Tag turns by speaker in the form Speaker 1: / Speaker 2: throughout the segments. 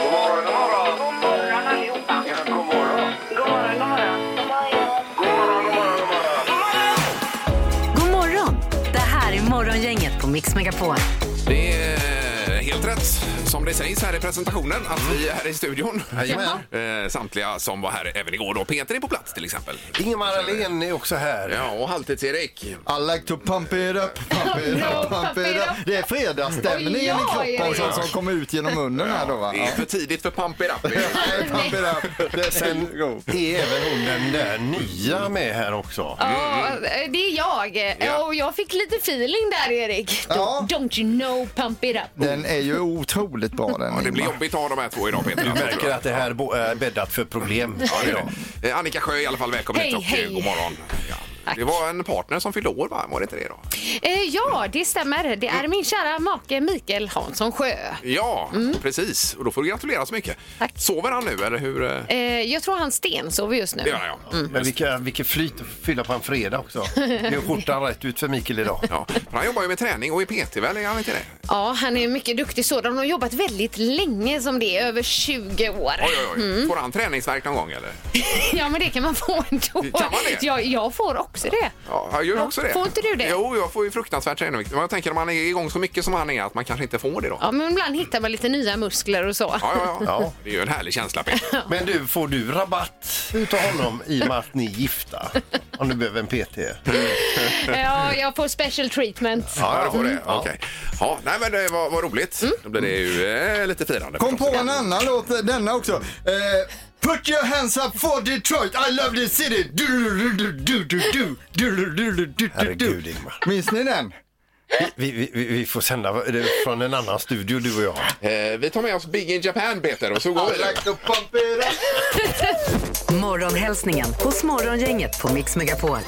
Speaker 1: God morgon, god
Speaker 2: God
Speaker 1: morgon.
Speaker 2: morgon allihopa.
Speaker 1: Ja, god morgon.
Speaker 2: God morgon, god morgon.
Speaker 1: God morgon, god
Speaker 3: God
Speaker 1: morgon, god morgon.
Speaker 3: morgon! Det här är Morgongänget på Mix Megapol.
Speaker 4: Det är helt rätt som det sägs här i presentationen att vi är här i studion. Eh, Samtliga som var här även igår då. Peter är på plats till exempel.
Speaker 5: Ingemar Ahlén är också här.
Speaker 4: Ja, och Halvtids-Erik.
Speaker 6: I like to pump it up, pump it up, pump it up. Det är fredagsstämningen i kroppen som, som kommer ut genom munnen här då va?
Speaker 4: Det är för tidigt för Pump It Up.
Speaker 6: Nej, pump it up. Det är sen,
Speaker 5: Är även hon den där nya med här också?
Speaker 7: Ja, eh, det är jag.
Speaker 4: Mm, Ja.
Speaker 7: Och jag fick lite feeling där, Erik.
Speaker 6: Ja.
Speaker 7: Don't you know, pump it up.
Speaker 6: den är ju otroligt bra den.
Speaker 4: Det blir
Speaker 6: Ingmar.
Speaker 4: jobbigt att ha de här två idag Peter.
Speaker 5: Jag märker att det här bo- är bäddat för problem idag.
Speaker 4: Eh, Annika Sjö i alla fall, välkommen
Speaker 7: Hej,
Speaker 4: hit och eh,
Speaker 7: hej.
Speaker 4: god morgon. Ja.
Speaker 7: Tack.
Speaker 4: Det var en partner som fyllde år va? Var det inte det då?
Speaker 7: Eh, ja, det stämmer. Det
Speaker 4: Mm.
Speaker 7: är min kära make Mikael Hansson Sjö.
Speaker 4: Ja, precis. Och då får du gratulera så mycket.
Speaker 7: Mm. Tack.
Speaker 4: Sover han nu eller hur? eh?
Speaker 7: Eh, jag tror han stensover just nu. Mm.
Speaker 4: Det gör han ja.
Speaker 5: Men vilka, vilket flyt att fylla på en fredag också. Nu skjortan rätt ut för Mikael idag.
Speaker 4: ja. för Han jobbar ju med träning och är PT väl? Är han inte det?
Speaker 7: Ja, han är mycket duktig sådan. De har jobbat väldigt länge som det, över 20 år. Mm.
Speaker 4: Oj, oj, oj. Får han träningsvärk någon gång eller?
Speaker 7: Ja, men det kan man få ändå.
Speaker 4: Kan man det?
Speaker 7: Jag, jag får också det.
Speaker 4: Ja, jag gör också det.
Speaker 7: Får inte du det?
Speaker 4: Jo, jag får ju fruktansvärt träningsvärk. Men jag tänker om han är igång så mycket som han är att man kanske inte får det då.
Speaker 7: Ja, men ibland hittar man lite nya muskler och så.
Speaker 4: Ja, ja, ja.
Speaker 5: Ja.
Speaker 4: Det är ju en härlig känsla Peter.
Speaker 5: Men du, får du rabatt utav honom i och med att ni är gifta? Om du behöver en PT.
Speaker 7: Ja, jag får special treatment.
Speaker 4: Ja, du får
Speaker 7: Mm.
Speaker 4: det. Okej. Ja, nej men det var, var roligt. Då blir det ju eh, lite firande.
Speaker 6: Kom på
Speaker 4: förstås.
Speaker 6: en annan låt, denna också. Eh, Put your hands up for Detroit, I love this city. Du, du, du, du, du, du, du, du, du, du, du, du, du,
Speaker 5: Herregud,
Speaker 6: du.
Speaker 5: Ingmar.
Speaker 6: Minns ni den?
Speaker 5: Vi, vi, vi- vi får sända det från en annan studio, du och jag.
Speaker 4: Eh, vi tar med oss Big in Japan Peter och så går vi.
Speaker 6: to pump it up.
Speaker 3: Morgonhälsningen hos Morgongänget på Mix Megapol.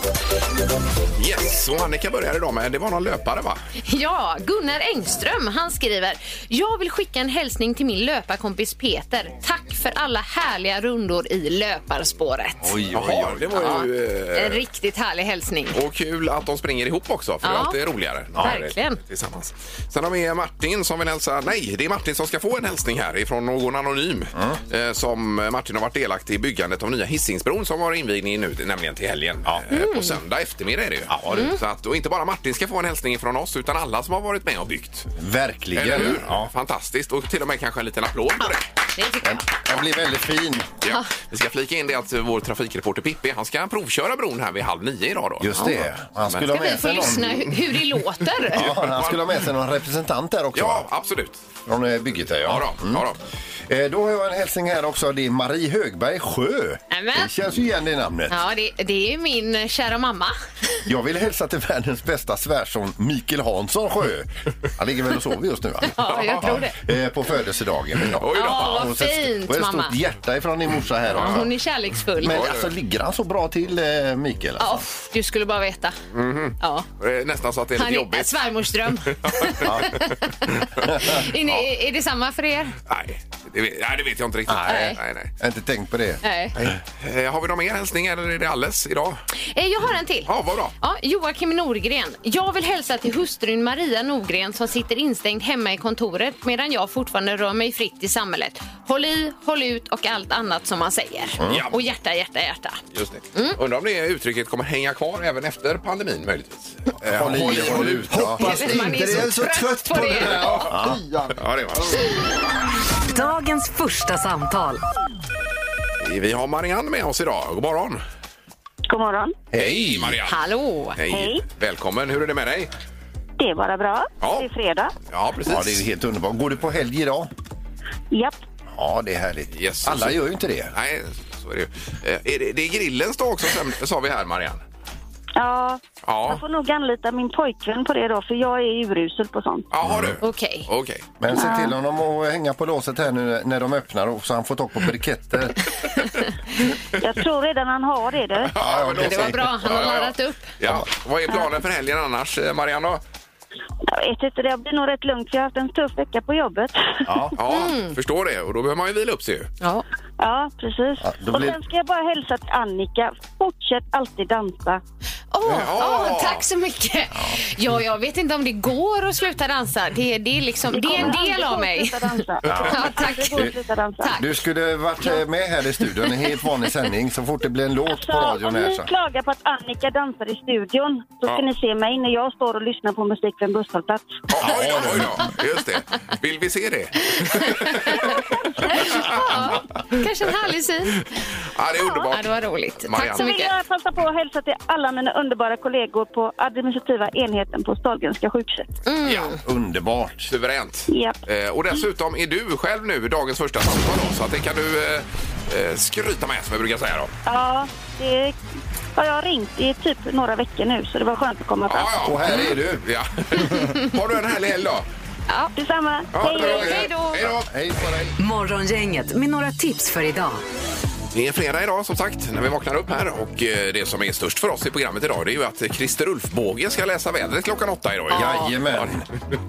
Speaker 4: Yes, och Annika började idag med, det var någon löpare va?
Speaker 7: Ja, Gunnar Engström han skriver Jag vill skicka en hälsning till min löparkompis Peter. Tack för alla härliga rundor i löparspåret.
Speaker 4: Jaha, det var ju... eh,
Speaker 7: En riktigt härlig hälsning.
Speaker 4: Och kul att de springer ihop också, för det är
Speaker 7: Ja.
Speaker 4: alltid roligare.
Speaker 7: Ja, verkligen.
Speaker 4: Tillsammans. Sen har vi Martin som vill hälsa... Nej, det är Martin som ska få en hälsning här ifrån någon anonym. Eh, som Martin har varit delaktig i byggandet av nya Hisingsbron som har invigning nu, nämligen till helgen. Eh, På söndag eftermiddag är det ju. Så att, och inte bara Martin ska få en hälsning från oss, utan alla som har varit med och byggt. Eller
Speaker 5: Verkligen.
Speaker 4: hur? Fantastiskt. Och till och med kanske en liten applåd på det.
Speaker 7: Det tycker jag.
Speaker 5: Den blir väldigt fin.
Speaker 4: Ja. Vi ska flika in det att vår trafikreporter Pippi, han ska provköra bron här vid halv nio idag då.
Speaker 5: Just det. Han skulle ha
Speaker 7: Ska vi
Speaker 5: med
Speaker 7: få
Speaker 5: sig
Speaker 7: lyssna
Speaker 5: någon.
Speaker 7: hu- hur det låter?
Speaker 5: Ja, han skulle ha med sig någon representant där också.
Speaker 4: Ja,
Speaker 5: va?
Speaker 4: absolut.
Speaker 5: Från eh, bygget där,
Speaker 4: Ja, då, ja, då.
Speaker 5: Eh, Då har jag en hälsning här också. Det är Marie Högberg Sjö.
Speaker 7: Nämen.
Speaker 5: Det känns ju igen i namnet.
Speaker 7: Ja, det, det är min kära mamma.
Speaker 5: Jag vill hälsa till världens bästa svärson Mikael Hansson Sjö. Han ligger väl och sover just nu va?
Speaker 7: Ja, jag tror det.
Speaker 5: Eh, På födelsedagen idag.
Speaker 4: Oj då.
Speaker 7: Ja, vad
Speaker 5: Och så ett-
Speaker 7: fint,
Speaker 5: Och ett
Speaker 7: mamma.
Speaker 5: stort hjärta ifrån din morsa här också.
Speaker 7: Hon är kärleksfull.
Speaker 5: Men alltså ligger han så bra till eh, Mikael?
Speaker 7: Ja,
Speaker 5: Alltså?
Speaker 7: pff, du skulle bara veta. Ja.
Speaker 4: Mhm. Det är Nästan så att det är lite
Speaker 7: Han är
Speaker 4: jobbigt.
Speaker 7: svärmors dröm. är, ni, är det samma för er?
Speaker 4: Nej det, vet, nej, det vet jag inte riktigt.
Speaker 7: Nej.
Speaker 4: Nej, nej.
Speaker 5: Jag har inte tänkt på det.
Speaker 7: Nej.
Speaker 4: Eh, har vi någon mer hälsning eller är det alles idag?
Speaker 7: Eh, Jag har en till.
Speaker 4: Ja, vad bra.
Speaker 7: Ja, Joakim Norgren. Jag vill hälsa till hustrun Maria Norgren som sitter instängd hemma i kontoret medan jag fortfarande rör mig fritt i samhället. Håll i, håll ut och allt annat som man säger.
Speaker 4: Mm. Ja.
Speaker 7: Och hjärta, hjärta, hjärta.
Speaker 4: Just det.
Speaker 7: Mm.
Speaker 4: Undrar om det uttrycket kommer hänga kvar även efter pandemin möjligtvis. Eh,
Speaker 5: Håll i, håll ut. Ja.
Speaker 6: Hoppas
Speaker 7: Eller, man
Speaker 6: inte
Speaker 7: är
Speaker 6: det. Jag är så trött på det där. Ja, fy,
Speaker 4: Ja, det var.
Speaker 3: Dagens första samtal.
Speaker 4: det. Vi har Marianne med oss idag. God morgon.
Speaker 8: God morgon.
Speaker 4: Hej Marianne.
Speaker 7: Hallå!
Speaker 4: Hej.
Speaker 8: Hej.
Speaker 4: Välkommen. Hur är det med dig?
Speaker 8: Det är bara bra.
Speaker 4: Ja.
Speaker 8: Det är fredag.
Speaker 4: Ja, precis.
Speaker 5: Ja, det är helt underbart. Går du på helg idag?
Speaker 8: Japp.
Speaker 5: Ja, det är härligt.
Speaker 4: Yes.
Speaker 5: Alla gör ju inte det.
Speaker 4: Nej, så är det ju. Eh, är det, det är grillens dag också, sen- sa vi här Marianne.
Speaker 8: Ja,
Speaker 4: Ja.
Speaker 8: jag får nog anlita min pojkvän på det då, för jag är urusel på sånt.
Speaker 4: Ja, har du?
Speaker 7: Okej.
Speaker 4: Okej.
Speaker 5: Men se till honom att hänga på låset här nu när de öppnar så han får tag på briketter.
Speaker 8: Jag tror redan han har det. Du.
Speaker 4: Ja, men då
Speaker 7: Det
Speaker 4: så.
Speaker 7: var bra, han har
Speaker 4: Ja, ja, ja.
Speaker 7: laddat upp.
Speaker 4: Ja. Vad är planen för helgen annars, eh, Marianne? då?
Speaker 8: Jag vet inte, det blir nog rätt lugnt. för Jag har haft en tuff vecka på jobbet.
Speaker 5: Ja.
Speaker 4: Ja, förstår det. Och då behöver man ju vila upp sig ju.
Speaker 7: Ja.
Speaker 8: Ja, precis.
Speaker 5: Ja, då
Speaker 8: Och
Speaker 5: blir-
Speaker 8: sen ska jag bara hälsa till Annika. Fortsätt alltid dansa.
Speaker 7: Åh, Åh,
Speaker 4: Ja.
Speaker 7: åh, tack så mycket. Ja, jag vet inte om det går att sluta dansa. Det, det, är, liksom, det är en del av mig. Ja, tack.
Speaker 8: Det går att sluta dansa.
Speaker 7: Tack.
Speaker 5: Du skulle varit eh, med här i studion i helt vanlig sändning så fort det blir en låt på
Speaker 8: Så om
Speaker 5: radion här
Speaker 8: ni
Speaker 5: så.
Speaker 8: klagar på att Annika dansar i studion så ska
Speaker 4: Ja.
Speaker 8: ni se mig när jag står och lyssnar på musik vid en busshållplats.
Speaker 4: Ja, Oj då, oj då. Just det. Vill vi se det?
Speaker 7: Ja, kanske en härlig syn.
Speaker 4: Ja, det är
Speaker 7: Ja,
Speaker 4: underbart.
Speaker 7: det var roligt.
Speaker 4: Marianne.
Speaker 7: Tack så
Speaker 8: Så vill
Speaker 7: mycket.
Speaker 8: jag passa på att hälsa till alla mina underbara kollegor på administrativa enheten på Sahlgrenska sjukhuset.
Speaker 4: Ja,
Speaker 5: Underbart.
Speaker 4: suveränt.
Speaker 8: Japp.
Speaker 4: Eh, och dessutom är du själv nu dagens första samtal då, så att det kan du eh, eh, skryta med som vi brukar säga då.
Speaker 8: Ja, det har jag ringt i typ några veckor nu så det var skönt att komma fram.
Speaker 4: ja.
Speaker 5: Och här är du.
Speaker 4: Ja. Har du en härlig helg då.
Speaker 8: Detsamma.
Speaker 4: Ja,
Speaker 8: Hej,
Speaker 4: bra.
Speaker 8: hej.
Speaker 7: Hej då.
Speaker 4: Hej då.
Speaker 5: Hej på dig.
Speaker 3: Morgongänget med några tips för idag.
Speaker 4: Det är fredag idag som sagt när vi vaknar upp här och eh, det som är störst för oss i programmet idag det är ju att eh, Christer Ulfbåge ska läsa vädret klockan åtta idag.
Speaker 5: Jajamän.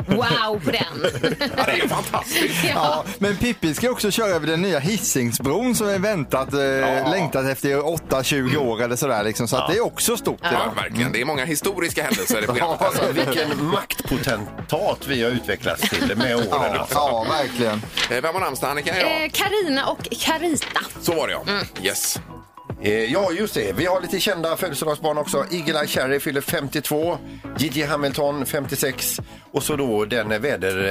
Speaker 7: Wow på den.
Speaker 4: Ja, det är ju fantastiskt.
Speaker 6: Ja, men Pippi ska också köra över den nya Hisingsbron som vi väntat, eh, längtat efter i 8-20 år eller sådär liksom. Så att det är också stort
Speaker 4: Ja,
Speaker 6: idag.
Speaker 4: verkligen. Det är många historiska händelser i programmet.
Speaker 5: Alltså, vilken maktpotentat vi har utvecklats till med åren.
Speaker 6: Ja,
Speaker 5: Alltså.
Speaker 6: ja, verkligen.
Speaker 4: Eh, Vem har namnsdag Annika idag?
Speaker 7: Eh, Karina och Karita.
Speaker 4: Så var det ja. Yes.
Speaker 5: Eh, Ja, just det. Vi har lite kända födelsedagsbarn också. Eagle-Eye Cherry fyller 52, Gigi Hamilton 56 och så då den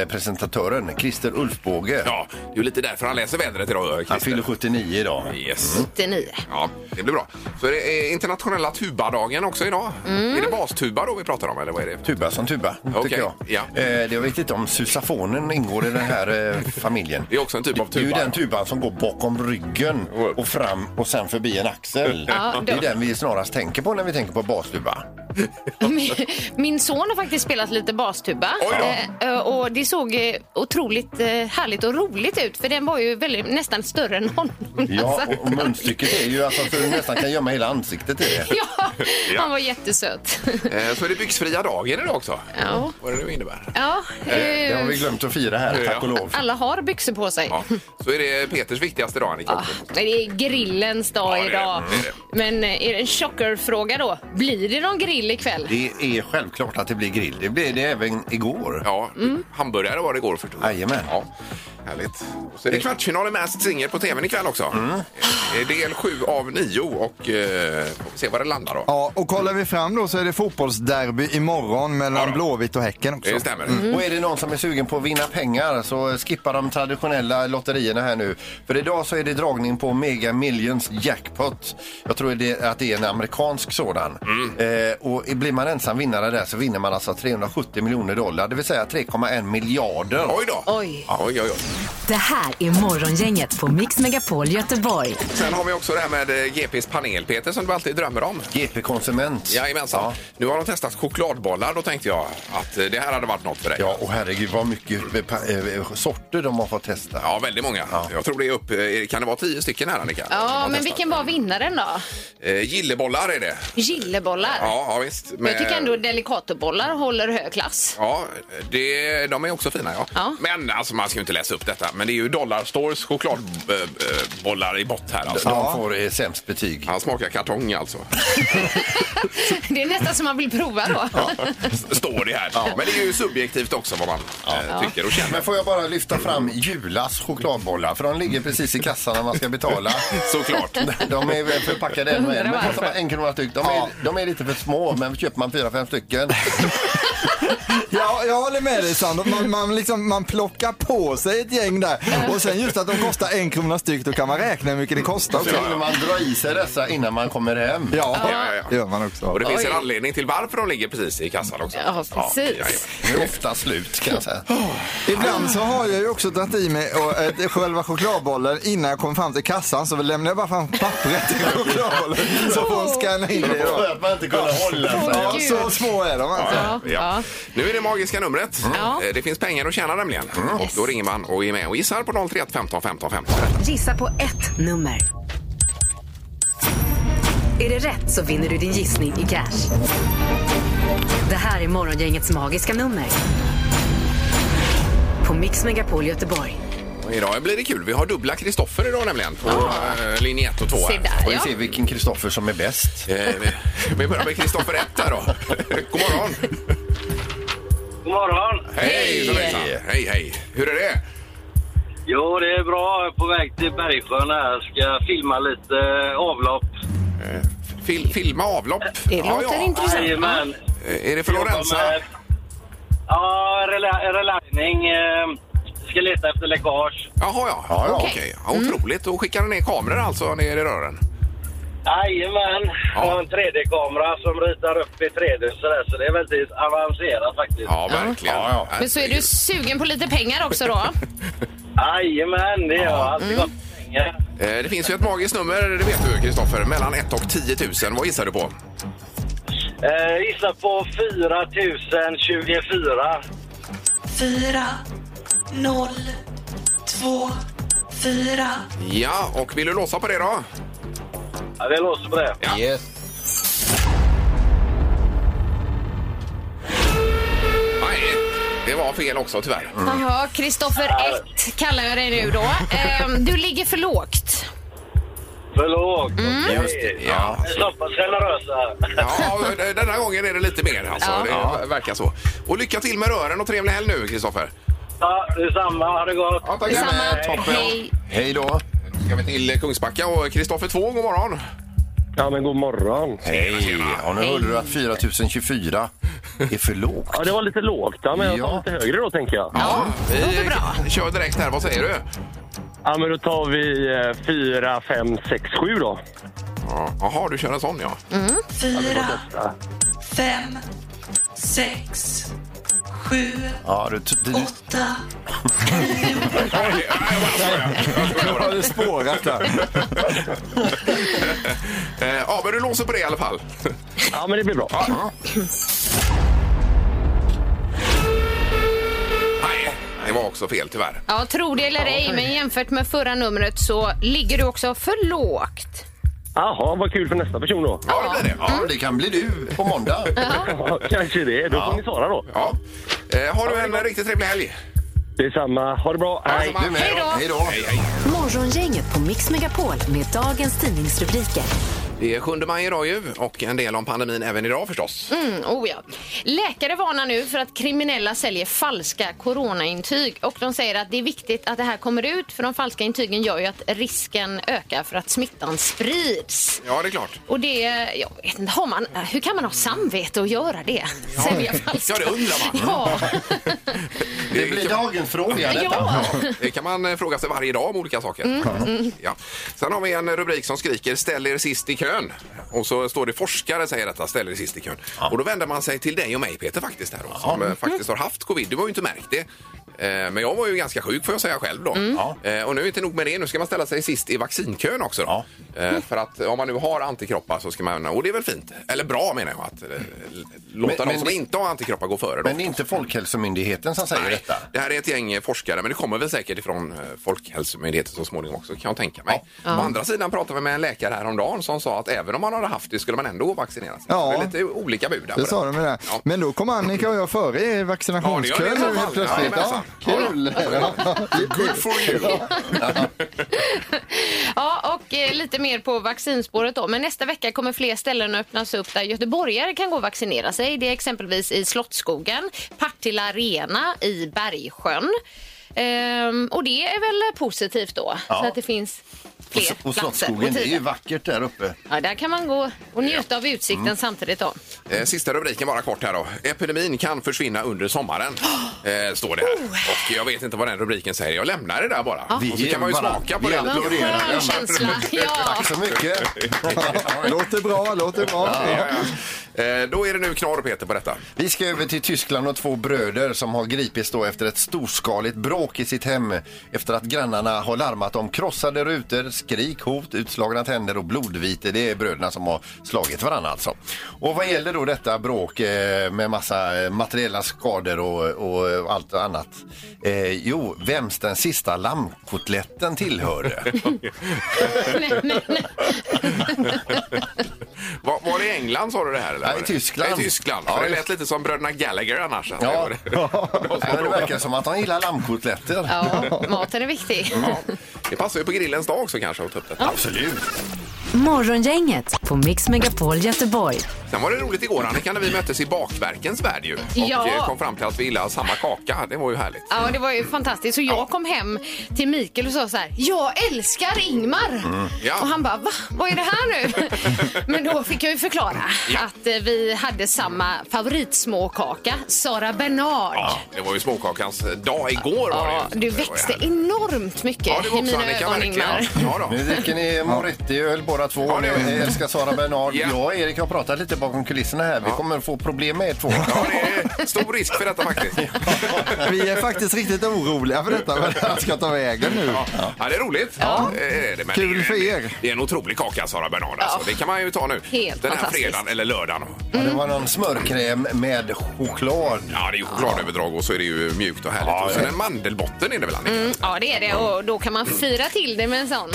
Speaker 5: väderpresentatören Christer Ulfbåge.
Speaker 4: Ja, det är ju lite därför han läser vädret idag, Christer.
Speaker 5: Han fyller 79 idag. Mm.
Speaker 4: Yes.
Speaker 7: 89.
Speaker 4: Ja, det blir bra. Så är det är internationella tubadagen också idag. Är det bastuba då vi pratar om eller vad är det?
Speaker 5: Mm. Tuba som tuba,
Speaker 4: Okej,
Speaker 5: tycker jag.
Speaker 4: ja.
Speaker 5: Eh, det jag vet inte om susafonen ingår i den här eh, familjen.
Speaker 4: Det är också en typ av
Speaker 5: Det är ju
Speaker 4: tuba.
Speaker 5: den tuban som går bakom ryggen och fram och sen förbi en axel.
Speaker 7: Ja,
Speaker 5: det är
Speaker 7: då-
Speaker 5: den vi snarast tänker på när vi tänker på bastuba.
Speaker 7: Min, min son har faktiskt spelat lite bastuba.
Speaker 4: Oj då.
Speaker 7: Eh, eh, och det såg eh, otroligt eh, härligt och roligt ut för den var ju väldigt, nästan större än honom.
Speaker 5: Ja,
Speaker 7: Alltså.
Speaker 5: och, och munstycket är ju alltså, att du nästan kan gömma hela ansiktet i det.
Speaker 7: ja, han var jättesöt.
Speaker 4: Eh, Så är det byxfria dagen idag också.
Speaker 7: Ja.
Speaker 4: Vad det nu innebär.
Speaker 7: Ja,
Speaker 5: Det har
Speaker 7: eh,
Speaker 5: vi glömt att fira här,
Speaker 4: Ja.
Speaker 5: tack och lov.
Speaker 7: alla har byxor på sig.
Speaker 4: Ja. Så är det Peters viktigaste dag Annika.
Speaker 7: Ah, men det är grillens dag
Speaker 4: Ja, det är det.
Speaker 7: idag.
Speaker 4: Mm, det är
Speaker 7: Men eh, är det en chockerfråga då? Blir det någon grill ikväll?
Speaker 5: Det är självklart att det blir grill. Det blev det även igår.
Speaker 4: Ja, hamburgare var det igår förstås.
Speaker 5: Jajamän.
Speaker 4: Ja, härligt. Och så är det kvartsfinal i Masked Singer på tvn ikväll också.
Speaker 5: Mm.
Speaker 4: Eh, Del sju av nio och eh, får vi se var det landar då.
Speaker 6: Ja, och kollar vi fram då så är det fotbollsderby imorgon mellan
Speaker 4: Ja då.
Speaker 6: Blåvitt och Häcken också. Mm.
Speaker 4: Det stämmer. Mm.
Speaker 5: Och är det någon som är sugen på att vinna pengar så skippa de traditionella lotterierna här nu. För idag så är det dragning på Mega Millions jackpot. Jag tror det, att det är en amerikansk sådan.
Speaker 4: Mm.
Speaker 5: Eh, och blir man ensam vinnare där så vinner man alltså 370 miljoner dollar, det vill säga 3,1 miljarder.
Speaker 4: Oj då!
Speaker 7: Oj.
Speaker 4: Ja, Oj, oj, oj.
Speaker 3: Det här är Morgongänget på Mix Megapol Göteborg.
Speaker 4: Sen har vi också det här med eh, GPs panel Peter som du alltid drömmer om.
Speaker 5: GP Konsument.
Speaker 4: Jajamensan.
Speaker 5: Ja.
Speaker 4: Nu har de testat chokladbollar. Då tänkte jag att eh, det här hade varit något för dig.
Speaker 5: Ja, och herregud vad mycket pa- eh, sorter de har fått testa.
Speaker 4: Ja, väldigt många. Jag tror det är upp... eh, Kan det vara tio stycken här, Annika? De har
Speaker 7: Ja, men
Speaker 4: testat.
Speaker 7: vilken var vinnaren då?
Speaker 4: Eh, gillebollar är det.
Speaker 7: Gillebollar?
Speaker 4: Ja, ja visst. Men-
Speaker 7: Jag tycker ändå delikatobollar håller hög klass.
Speaker 4: Ja, det, de är också fina, ja.
Speaker 7: Ja.
Speaker 4: Men alltså, man ska ju inte läsa upp detta. Men det är ju Dollarstores chokladbollar eh, i bott här. Alltså.
Speaker 5: De får eh, sämst betyg.
Speaker 4: Han smakar kartong alltså.
Speaker 7: Det är nästan som man vill prova då.
Speaker 4: Står det här. Men det är ju subjektivt också vad man eh, tycker och känner.
Speaker 5: Men får jag bara lyfta fram Julas chokladbollar? För de ligger precis i kassan när man ska betala.
Speaker 4: Såklart.
Speaker 5: De är väl förpackade en och en, men
Speaker 7: Undrar
Speaker 5: kostar bara en krona styck. De är, de är lite för små, men köper man fyra, fem stycken.
Speaker 6: Ja, jag håller med dig Sandra. Man, man, liksom, man plockar på sig ett gäng där. Och sen just att de kostar en krona styck, då kan man räkna hur mycket det kostar
Speaker 5: Så
Speaker 6: också.
Speaker 5: hinner man dra i sig dessa innan man kommer hem.
Speaker 6: Ja,
Speaker 4: Ja, ja,
Speaker 6: det
Speaker 4: ja.
Speaker 6: gör man också.
Speaker 4: Och det finns en
Speaker 7: Oj.
Speaker 4: anledning till varför de ligger precis i kassan också.
Speaker 7: Ja, precis.
Speaker 4: jajamän.
Speaker 5: Det är ofta slut, kan jag säga.
Speaker 6: Ibland så har jag ju också dragit i mig och, eh, själva chokladbollen innan jag kom fram till kassan så lämnar jag bara fram pappret till chokladbollen så får hon scanna in det. då.
Speaker 5: För att man inte kunde hålla sig.
Speaker 6: Ja, så små är de alltså.
Speaker 7: Ja,
Speaker 4: Ja.
Speaker 7: ja.
Speaker 4: Nu är det magiska numret.
Speaker 7: Ja. Mm.
Speaker 4: Eh, Det finns pengar att tjäna nämligen. Och då ringer man och är med och gissar på 031 15 15 15.
Speaker 3: Gissa på ett nummer. Är det rätt så vinner du din gissning i cash. Det här är Morgongängets magiska nummer. På Mix Megapol Göteborg.
Speaker 4: Idag blir det kul. Vi har dubbla Kristoffer idag nämligen på eh, linje 1 och 2.
Speaker 7: Se där,
Speaker 5: Och vi
Speaker 7: ja.
Speaker 5: ser vilken Kristoffer som är bäst.
Speaker 4: Vi börjar med Kristoffer 1 där då. God morgon!
Speaker 9: God morgon!
Speaker 4: Hej! så hejsan. Hej, hej! Hur är det?
Speaker 9: Jo, det är bra. Jag är på väg till Bergsjön här. Ska filma lite eh, avlopp.
Speaker 4: Eh, Fil, filma avlopp?
Speaker 7: Eh, Det låter intressant.
Speaker 9: Jajamän.
Speaker 4: Eh, Är det för att rensa?
Speaker 9: Jobbar med- Ja, rela- relaxning. eh, Ska leta efter läckage.
Speaker 4: Jaha, ja. ja, ja okej.
Speaker 7: Okej.
Speaker 4: Ja, otroligt. Och skickar ni ner kameror alltså ner i rören?
Speaker 9: Jajamän. Jag har en 3D-kamera som ritar upp i 3D och sådär, så det är väldigt avancerat faktiskt.
Speaker 4: Ja, verkligen. Äh,
Speaker 5: Ja, ja.
Speaker 7: Men så är du sugen på lite pengar också då?
Speaker 9: Jajamän, det är jag. Alltid gott om pengar.
Speaker 4: mm. Eh, Det finns ju ett magiskt nummer, det vet du Kristoffer, mellan 1 och 10 000. Vad gissar du på?
Speaker 9: Eh, Gissa på 4 024.
Speaker 4: Ja, och vill du låsa på det då?
Speaker 9: Ja, vi låser på det.
Speaker 5: Yes.
Speaker 4: Nej, det var fel också tyvärr.
Speaker 7: Jaha, Kristoffer 1 kallar jag dig nu då. Ehm, du ligger för lågt.
Speaker 9: För lågt. Mm. Just
Speaker 4: Ja.
Speaker 9: Så pass generösa.
Speaker 4: Ja, den här gången är det lite mer alltså.
Speaker 7: Ja.
Speaker 4: Det verkar så. Och lycka till med rören och trevlig helg nu Kristoffer.
Speaker 9: Ja, detsamma. Ha det gott.
Speaker 4: Ja, tack.
Speaker 7: Detsamma.
Speaker 4: Eh, Toppen.
Speaker 7: Hej.
Speaker 5: Hej då.
Speaker 4: Nu ska vi till Kungsbacka och Kristoffer 2, god morgon.
Speaker 10: Ja, men god morgon.
Speaker 5: Hej. Ja, nu hörde du att 4024 är för lågt.
Speaker 10: Ja, det var lite lågt, ja, men jag tar
Speaker 5: Ja.
Speaker 10: lite högre då, tänker jag.
Speaker 4: Ja,
Speaker 7: det
Speaker 4: vi
Speaker 7: går bra.
Speaker 4: kör direkt här. Vad säger du?
Speaker 10: Ja, men då tar vi eh, fyra, fem, sex, sju då.
Speaker 4: Ja. Jaha, du kör en sån ja.
Speaker 7: Mm.
Speaker 5: Ja, du, du, du,
Speaker 6: Har du spårat där?
Speaker 4: Eh, Ja, men du låser på det i alla fall.
Speaker 10: Ja, men det blir bra.
Speaker 4: Nej, det var också fel tyvärr.
Speaker 7: Ja, tro det eller ej, men jämfört med förra numret så ligger du också för lågt.
Speaker 10: Jaha, vad kul för nästa person då.
Speaker 4: Ja, det blir det. Ja.
Speaker 5: ja, det kan bli du på måndag.
Speaker 10: Ja, kanske det. Då får ni svara då.
Speaker 4: Ja. Eh, Har du en riktigt trevlig helg.
Speaker 10: Detsamma. Ha det bra. Hej.
Speaker 5: Du med.
Speaker 7: Hej då.
Speaker 5: Hej då.
Speaker 4: Hej, hej.
Speaker 3: Morgongänget på Mix Megapol med dagens tidningsrubriker.
Speaker 4: Det är 7 maj idag ju och en del om pandemin även idag förstås.
Speaker 7: Mm, oh ja. Läkare varnar nu för att kriminella säljer falska coronaintyg och de säger att det är viktigt att det här kommer ut för de falska intygen gör ju att risken ökar för att smittan sprids.
Speaker 4: Ja, det är klart.
Speaker 7: Och det, jag vet inte, har man, hur kan man ha samvete att göra det? Sälja falska?
Speaker 4: Ja, det undrar man.
Speaker 7: alltså- Ja,
Speaker 5: Det blir dagens fråga detta.
Speaker 7: ja. Mm.
Speaker 4: Det kan man eh, fråga sig varje dag om olika saker. Ja. Sen har vi en rubrik som skriker “Ställ er sist i kön” och så står det forskare säger detta, “Ställ er sist i kön”. Och då vänder man sig till dig och mig Peter faktiskt här då, som eh, faktiskt har haft covid. Du har ju inte märkt det. Eh, Men jag var ju ganska sjuk får jag säga själv då.
Speaker 7: Mm.
Speaker 4: Eh, Och nu är inte nog med det, nu ska man ställa sig sist i vaccinkön också då. Eh, För att om man nu har antikroppar så ska man, och det är väl fint, eller bra menar jag, att eh, l- låta
Speaker 5: Men-
Speaker 4: de
Speaker 5: men
Speaker 4: som
Speaker 5: det-
Speaker 4: inte har antikroppar gå före då.
Speaker 5: Men det är inte Folkhälsomyndigheten som säger
Speaker 4: Nej,
Speaker 5: detta.
Speaker 4: det här är ett gäng forskare, men det kommer väl säkert ifrån eh, Folkhälsomyndigheten så småningom också, kan jag tänka mig. Å andra sidan pratade vi med en läkare häromdagen som sa att även om man hade haft det skulle man ändå vaccinera sig.
Speaker 6: Ja.
Speaker 4: Så Det är lite olika bud. där på
Speaker 6: Det sa de med det.
Speaker 4: Ja.
Speaker 6: Men då kom Annika och jag före i
Speaker 4: Ja,
Speaker 6: vaccinationskön
Speaker 4: det gör ni i
Speaker 6: nu
Speaker 4: alla
Speaker 6: helt
Speaker 4: fall.
Speaker 6: plötsligt. Ja,
Speaker 4: Jajamensan.
Speaker 5: alltså.
Speaker 6: kul!
Speaker 4: Good for you!
Speaker 7: ja, och eh, lite mer på vaccinspåret då. Men nästa vecka kommer fler ställen att öppnas upp där göteborgare kan gå och vaccinera sig. Det är exempelvis i Slottsskogen, Partille Arena i Bergsjön. Ehm, och det är väl positivt då, så att det finns
Speaker 5: Och,
Speaker 7: fler
Speaker 5: s- och
Speaker 7: platser
Speaker 5: Slottsskogen, det är ju
Speaker 7: tider.
Speaker 5: vackert där uppe.
Speaker 7: Ja, där kan man gå och njuta av utsikten
Speaker 5: Mm.
Speaker 7: samtidigt då.
Speaker 4: Eh, Sista rubriken bara kort här då. Epidemin kan försvinna under sommaren, eh, står det
Speaker 5: Oh.
Speaker 4: här. Och jag vet inte vad den rubriken säger. Jag lämnar det där bara. Och så
Speaker 5: Vi
Speaker 4: kan man ju
Speaker 5: bara-
Speaker 4: smaka på
Speaker 5: vi
Speaker 4: det.
Speaker 5: applåderar.
Speaker 4: lite.
Speaker 5: det är
Speaker 7: Skön
Speaker 5: det.
Speaker 7: känsla, ja.
Speaker 5: Tack så mycket.
Speaker 6: Låter bra, låter bra.
Speaker 4: Ja, ja. Eh, Då är det nu knorr Peter på detta.
Speaker 5: Vi ska över till Tyskland och två bröder som har gripits då efter ett storskaligt bråk i sitt hem efter att grannarna har larmat om krossade rutor, skrik, hot, utslagna tänder och blodvite. Det är bröderna som har slagit varandra alltså. Och vad gäller då detta bråk eh, med massa eh, materiella skador och, och allt annat? Eh, jo, vems den sista lammkotletten tillhörde?
Speaker 7: Nej, nej, nej.
Speaker 4: Var, var det i England sa du det här eller? var
Speaker 5: Nej,
Speaker 4: det.
Speaker 5: Tyskland.
Speaker 4: Nej, Tyskland.
Speaker 5: Ja,
Speaker 4: för det
Speaker 5: just-
Speaker 4: lät lite som bröderna Gallagher annars. att
Speaker 5: Ja.
Speaker 4: det var det.
Speaker 5: Men det verkar som att han gillar lammkotletter.
Speaker 7: Ja, maten är viktig.
Speaker 5: Mm.
Speaker 4: Ja, det passar ju på grillens dag också kanske att ta upp detta.
Speaker 5: Absolut.
Speaker 3: Morgongänget på Mix Megapol Göteborg.
Speaker 4: Sen var det roligt igår Annika när vi möttes i bakverkens värld ju. Och
Speaker 7: Ja.
Speaker 4: eh, kom fram till att vi gillar samma kaka. Det var ju härligt.
Speaker 7: Ja, det var ju fantastiskt. Så jag kom hem till Mikael och sa så här, jag älskar Ingmar.
Speaker 5: Mm.
Speaker 4: Mm. Ja.
Speaker 7: Och han bara, va? Vad är det här nu? Men då fick jag ju förklara
Speaker 4: Ja.
Speaker 7: att eh, vi hade samma favoritsmåkaka, Sara Bernard.
Speaker 4: Ja, det var ju småkakans dag igår var det ju.
Speaker 7: Ja, du
Speaker 4: Det var ju
Speaker 7: växte
Speaker 4: härligt.
Speaker 7: enormt mycket
Speaker 4: Ja, det var
Speaker 7: i
Speaker 4: också
Speaker 7: mina
Speaker 4: Annika
Speaker 7: ögon,
Speaker 4: verkligen.
Speaker 7: Ingmar.
Speaker 4: Ja, då.
Speaker 5: Nu dricker ni Moretti-öl båda två.
Speaker 4: Ja, det gör vi.
Speaker 5: jag älskar Sara Bernard.
Speaker 4: Ja.
Speaker 5: Jag och Erik har pratat lite bakom kulisserna här. Vi kommer att få problem med er två.
Speaker 4: Ja, det är stor risk för detta faktiskt.
Speaker 6: Vi är faktiskt riktigt oroliga för detta, vad det här ska ta vägen nu.
Speaker 4: Ja, det är roligt. Ja. Det är det, men
Speaker 6: Kul
Speaker 4: det är ju-
Speaker 6: för er.
Speaker 4: Det är en otrolig kaka, Sara Bernard. Alltså. Det kan man ju ta nu.
Speaker 7: Helt
Speaker 4: Den här
Speaker 7: fantastiskt.
Speaker 4: fredagen, eller lördagen.
Speaker 5: Ja, Det var någon smörkräm med choklad.
Speaker 4: Ja, det är ju chokladöverdrag och så är det ju mjukt och härligt.
Speaker 5: Ja,
Speaker 4: och sen
Speaker 5: ja.
Speaker 4: en mandelbotten är det väl, Annika?
Speaker 7: Mm, Ja, det är det. Och då kan man fira till det med en sån.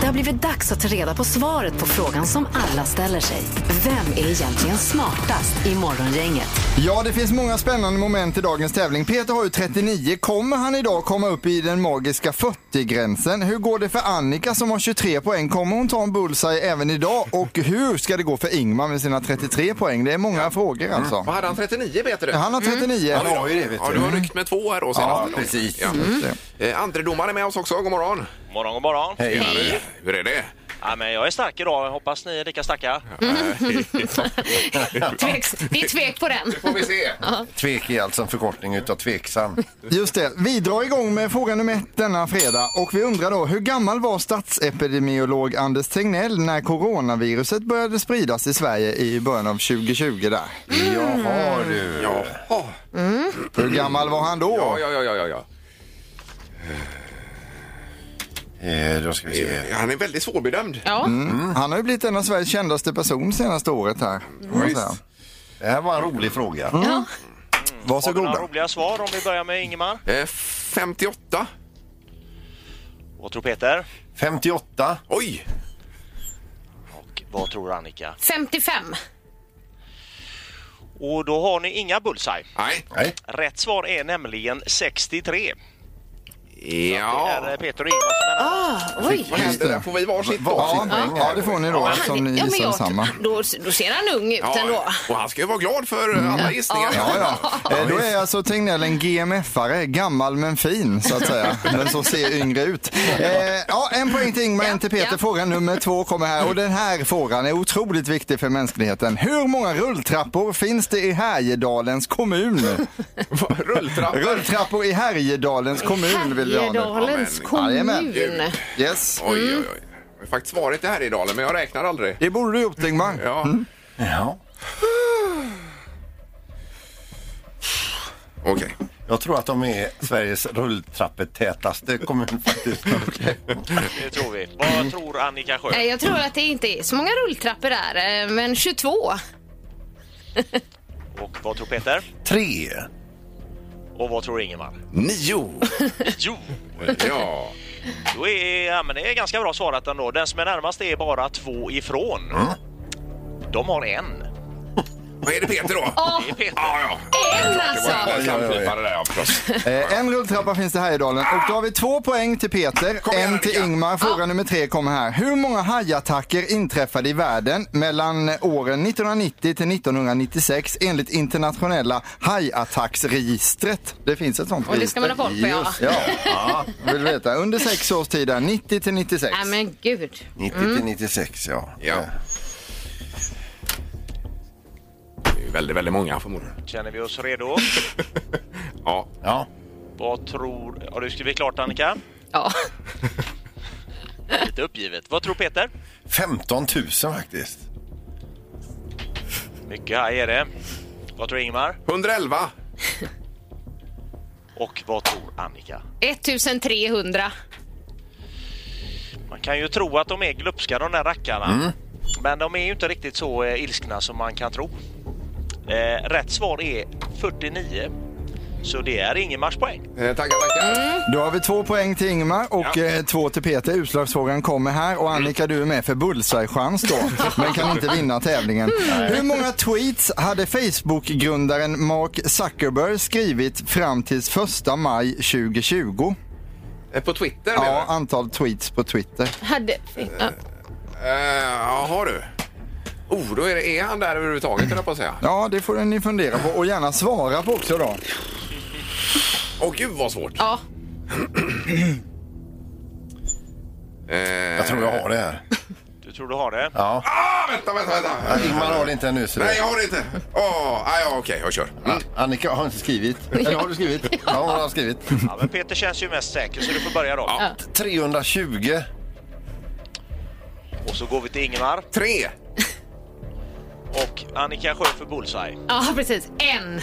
Speaker 3: Det har blivit dags att ta reda på svaret på frågan som alla ställer sig. Vem är egentligen smartast i Morgongänget?
Speaker 6: Ja, det finns många spännande moment i dagens tävling. Peter har ju 39. Kommer han idag komma upp i den magiska 40-gränsen? Hur går det för Annika som har 23 poäng? Kommer hon ta en bullseye även idag? Och hur ska det gå för Ingmar med sina 33 poäng? Det är många frågor
Speaker 5: Mm.
Speaker 6: alltså.
Speaker 4: Mm. Vad hade han? 39, vet du?
Speaker 6: Han har 39.
Speaker 5: Han har ju det, vet
Speaker 4: Ja,
Speaker 5: du.
Speaker 4: du har ryckt med två här då senast.
Speaker 5: Ja, precis.
Speaker 4: Ja. Eh, Andre domaren är med oss också. God morgon.
Speaker 9: Morgon, god morgon.
Speaker 5: Hej.
Speaker 4: Hur är det?
Speaker 9: Ja, men jag är stark idag. Jag hoppas ni är lika starka.
Speaker 5: Mm.
Speaker 7: Tveks, det är tvek på den.
Speaker 4: Får vi se.
Speaker 5: Tvek är alltså en förkortning utav tveksam.
Speaker 6: Just det. Vi drar igång med fråga nummer ett denna fredag. Och vi undrar då, hur gammal var statsepidemiolog Anders Tegnell när coronaviruset började spridas i Sverige i början av 2020 där?
Speaker 5: Jaha du.
Speaker 4: Mm. Ja. Ja,
Speaker 6: Hur gammal var han då?
Speaker 4: ja, ja, ja, ja, ja.
Speaker 5: Eh, Då ska vi se.
Speaker 4: Han är väldigt svårbedömd.
Speaker 7: Ja,
Speaker 6: Mm. Han har ju blivit en av Sveriges kändaste person senaste året här. kan man säga. Mm.
Speaker 5: Det här var en rolig fråga.
Speaker 6: Varsågoda.
Speaker 9: roliga svar om vi börjar med Ingemar?
Speaker 4: Eh, 58.
Speaker 9: Vad tror Peter?
Speaker 5: 58.
Speaker 4: Oj!
Speaker 9: Och vad tror Annika?
Speaker 7: 55.
Speaker 9: Och då har ni inga bullseye.
Speaker 4: Nej.
Speaker 5: Nej.
Speaker 9: Rätt svar är nämligen 63. Det är
Speaker 4: Ja.
Speaker 9: eh, Peter och Ingmar som är närmast.
Speaker 7: Oj.
Speaker 4: Det där får vi varsitt då.
Speaker 6: Ja,
Speaker 5: Varsitt poäng
Speaker 6: ja,
Speaker 5: här.
Speaker 6: det får ni då
Speaker 7: Ja,
Speaker 6: eftersom
Speaker 7: han-
Speaker 6: ni
Speaker 7: ja, men
Speaker 6: gissade
Speaker 7: jag-
Speaker 6: samma.
Speaker 7: Då, då ser han ung ut ändå.
Speaker 4: och han ska ju vara glad för eh,
Speaker 7: Mm.
Speaker 4: alla gissningar.
Speaker 6: Ja, ja. Eh, Då är alltså Tegnell en GMF-are, gammal men fin så att säga. Men så ser yngre ut. Eh, ja, en poäng till Ingmar, en till Peter.
Speaker 7: ja.
Speaker 6: Fråga nummer två kommer här och den här frågan är otroligt viktig för mänskligheten. Hur många rulltrappor finns det i Härjedalens kommun?
Speaker 4: Rulltrappor.
Speaker 6: Rulltrappor i Härjedalens kommun vill vi ha nu.
Speaker 7: Härjedalens
Speaker 4: Ja,
Speaker 6: men-
Speaker 7: kommun.
Speaker 4: jajamän.
Speaker 6: Yes.
Speaker 4: Oj, oj, oj. Jag har faktiskt varit i Härjedalen, men jag räknar aldrig.
Speaker 6: Det borde du gjort Ingmar. Mm.
Speaker 4: Ja.
Speaker 5: Ja.
Speaker 4: Okej.
Speaker 5: Jag tror att de är Sveriges rulltrappetätaste kommun faktiskt.
Speaker 9: Det tror vi. Vad tror
Speaker 5: Ah.
Speaker 9: Annika Sjö?
Speaker 7: Eh, Jag tror att det inte är så många rulltrappor där, eh, men 22.
Speaker 9: Och vad tror Peter?
Speaker 5: Tre.
Speaker 9: Och vad tror Ingemar?
Speaker 4: Nio.
Speaker 9: Jo,
Speaker 4: Eh, Ja.
Speaker 9: då är, ja, men det är ganska bra svarat ändå. Den som är närmast är bara två ifrån. De har en.
Speaker 4: Mm. Vad är det Peter då?
Speaker 9: Det är Peter.
Speaker 4: Ja, ja.
Speaker 7: En
Speaker 4: Det var
Speaker 7: alltså!
Speaker 4: en slamkrypare där, ja förstås.
Speaker 6: Eh, En rulltrappa finns det här i Dalen och då har vi två poäng till Peter,
Speaker 4: Kom igen,
Speaker 6: en till
Speaker 4: Annika.
Speaker 6: Ingmar. Fråga nummer tre kommer här. Hur många hajattacker inträffade i världen mellan åren 1990 till 1996 enligt internationella hajattacksregistret? Det finns ett sånt
Speaker 7: Och det ska man ha koll på, ja.
Speaker 6: Just, ja. Vill veta. Under sex års tid, där, 90 till 96.
Speaker 7: Nej men gud. Mm.
Speaker 5: 90 till 96 ja.
Speaker 6: Eh,
Speaker 4: Ja. Det är ju väldigt, väldigt många förmodligen.
Speaker 9: Känner vi oss redo?
Speaker 4: Ja.
Speaker 5: ja.
Speaker 9: Vad tror... Har du skrivit klart Annika?
Speaker 7: Ja.
Speaker 9: Lite uppgivet. Vad tror Peter?
Speaker 5: 15 000 faktiskt.
Speaker 9: Mycket haj är det. Vad tror Ingemar?
Speaker 4: 111.
Speaker 9: Och vad tror Annika?
Speaker 7: 1300.
Speaker 9: Man kan ju tro att de är glupska de där rackarna.
Speaker 4: Mm.
Speaker 9: Men de är ju inte riktigt så eh, ilskna som man kan tro. Eh, rätt svar är 49. Så det är Ingemars poäng.
Speaker 4: Eh, Tackar, tackar.
Speaker 6: Då har vi två poäng till Ingmar och
Speaker 4: Ja.
Speaker 6: eh, två till Peter. Utslagsfrågan kommer här och Annika du är med för bullseye-chans då, men kan inte vinna tävlingen. Mm. Hur många tweets hade Facebook-grundaren Mark Zuckerberg skrivit fram till första maj 2020?
Speaker 4: Eh, På Twitter
Speaker 6: Ja,
Speaker 4: menar du?
Speaker 6: antal tweets på Twitter.
Speaker 7: Hade... Ja.
Speaker 4: Eh, Jaha du. Oh, då är, det, är han där överhuvudtaget höll jag på att säga.
Speaker 6: Ja, det får ni fundera på och gärna svara på också då.
Speaker 4: Åh gud vad svårt.
Speaker 7: ja.
Speaker 4: Eh.
Speaker 5: Jag tror jag har det här.
Speaker 9: Du tror du har det?
Speaker 5: Ja.
Speaker 4: Ah, vänta, vänta, vänta.
Speaker 5: Ingmar har det inte ännu. Så det-
Speaker 4: Nej, jag har det inte. Åh, ah, ja, okej, jag kör. Mm.
Speaker 5: Annika har inte skrivit. Eller har du skrivit? Ja, hon har skrivit.
Speaker 9: Ja, men Peter känns ju mest säker så du får börja då.
Speaker 5: 320.
Speaker 9: Och så går vi till Ingemar
Speaker 4: Tre.
Speaker 9: och Annika Sjö för Bullseye.
Speaker 7: ja, precis. En.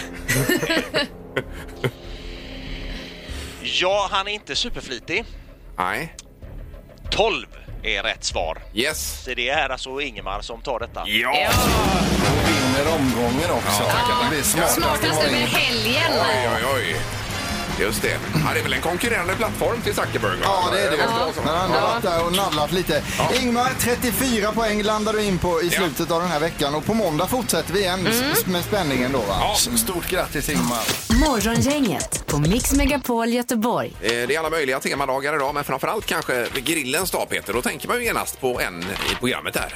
Speaker 9: Ja, han är inte superflitig.
Speaker 4: Nej.
Speaker 9: 12 är rätt svar.
Speaker 4: Yes.
Speaker 9: Så det är alltså Ingemar som tar detta.
Speaker 4: Ja.
Speaker 5: Hon vinner omgången också. Det blir
Speaker 7: Smartast
Speaker 5: smartast
Speaker 7: över helgen.
Speaker 4: Oj, oj, oj. Just det. Ja, det är väl en konkurrerande plattform till Zuckerberg? va?
Speaker 6: Ja, det är det. Men han har varit där och nallat lite. Ingmar, 34 poäng landar du in på i slutet av den här veckan och på måndag fortsätter vi
Speaker 4: Mm.
Speaker 6: igen s- med spänningen då va?
Speaker 5: Stort grattis Ingmar.
Speaker 3: Morgongänget på Mix Megapol Göteborg.
Speaker 4: Eh, Det är alla möjliga temadagar idag, men framförallt kanske grillens dag, Peter. Då tänker man ju genast på en i programmet där.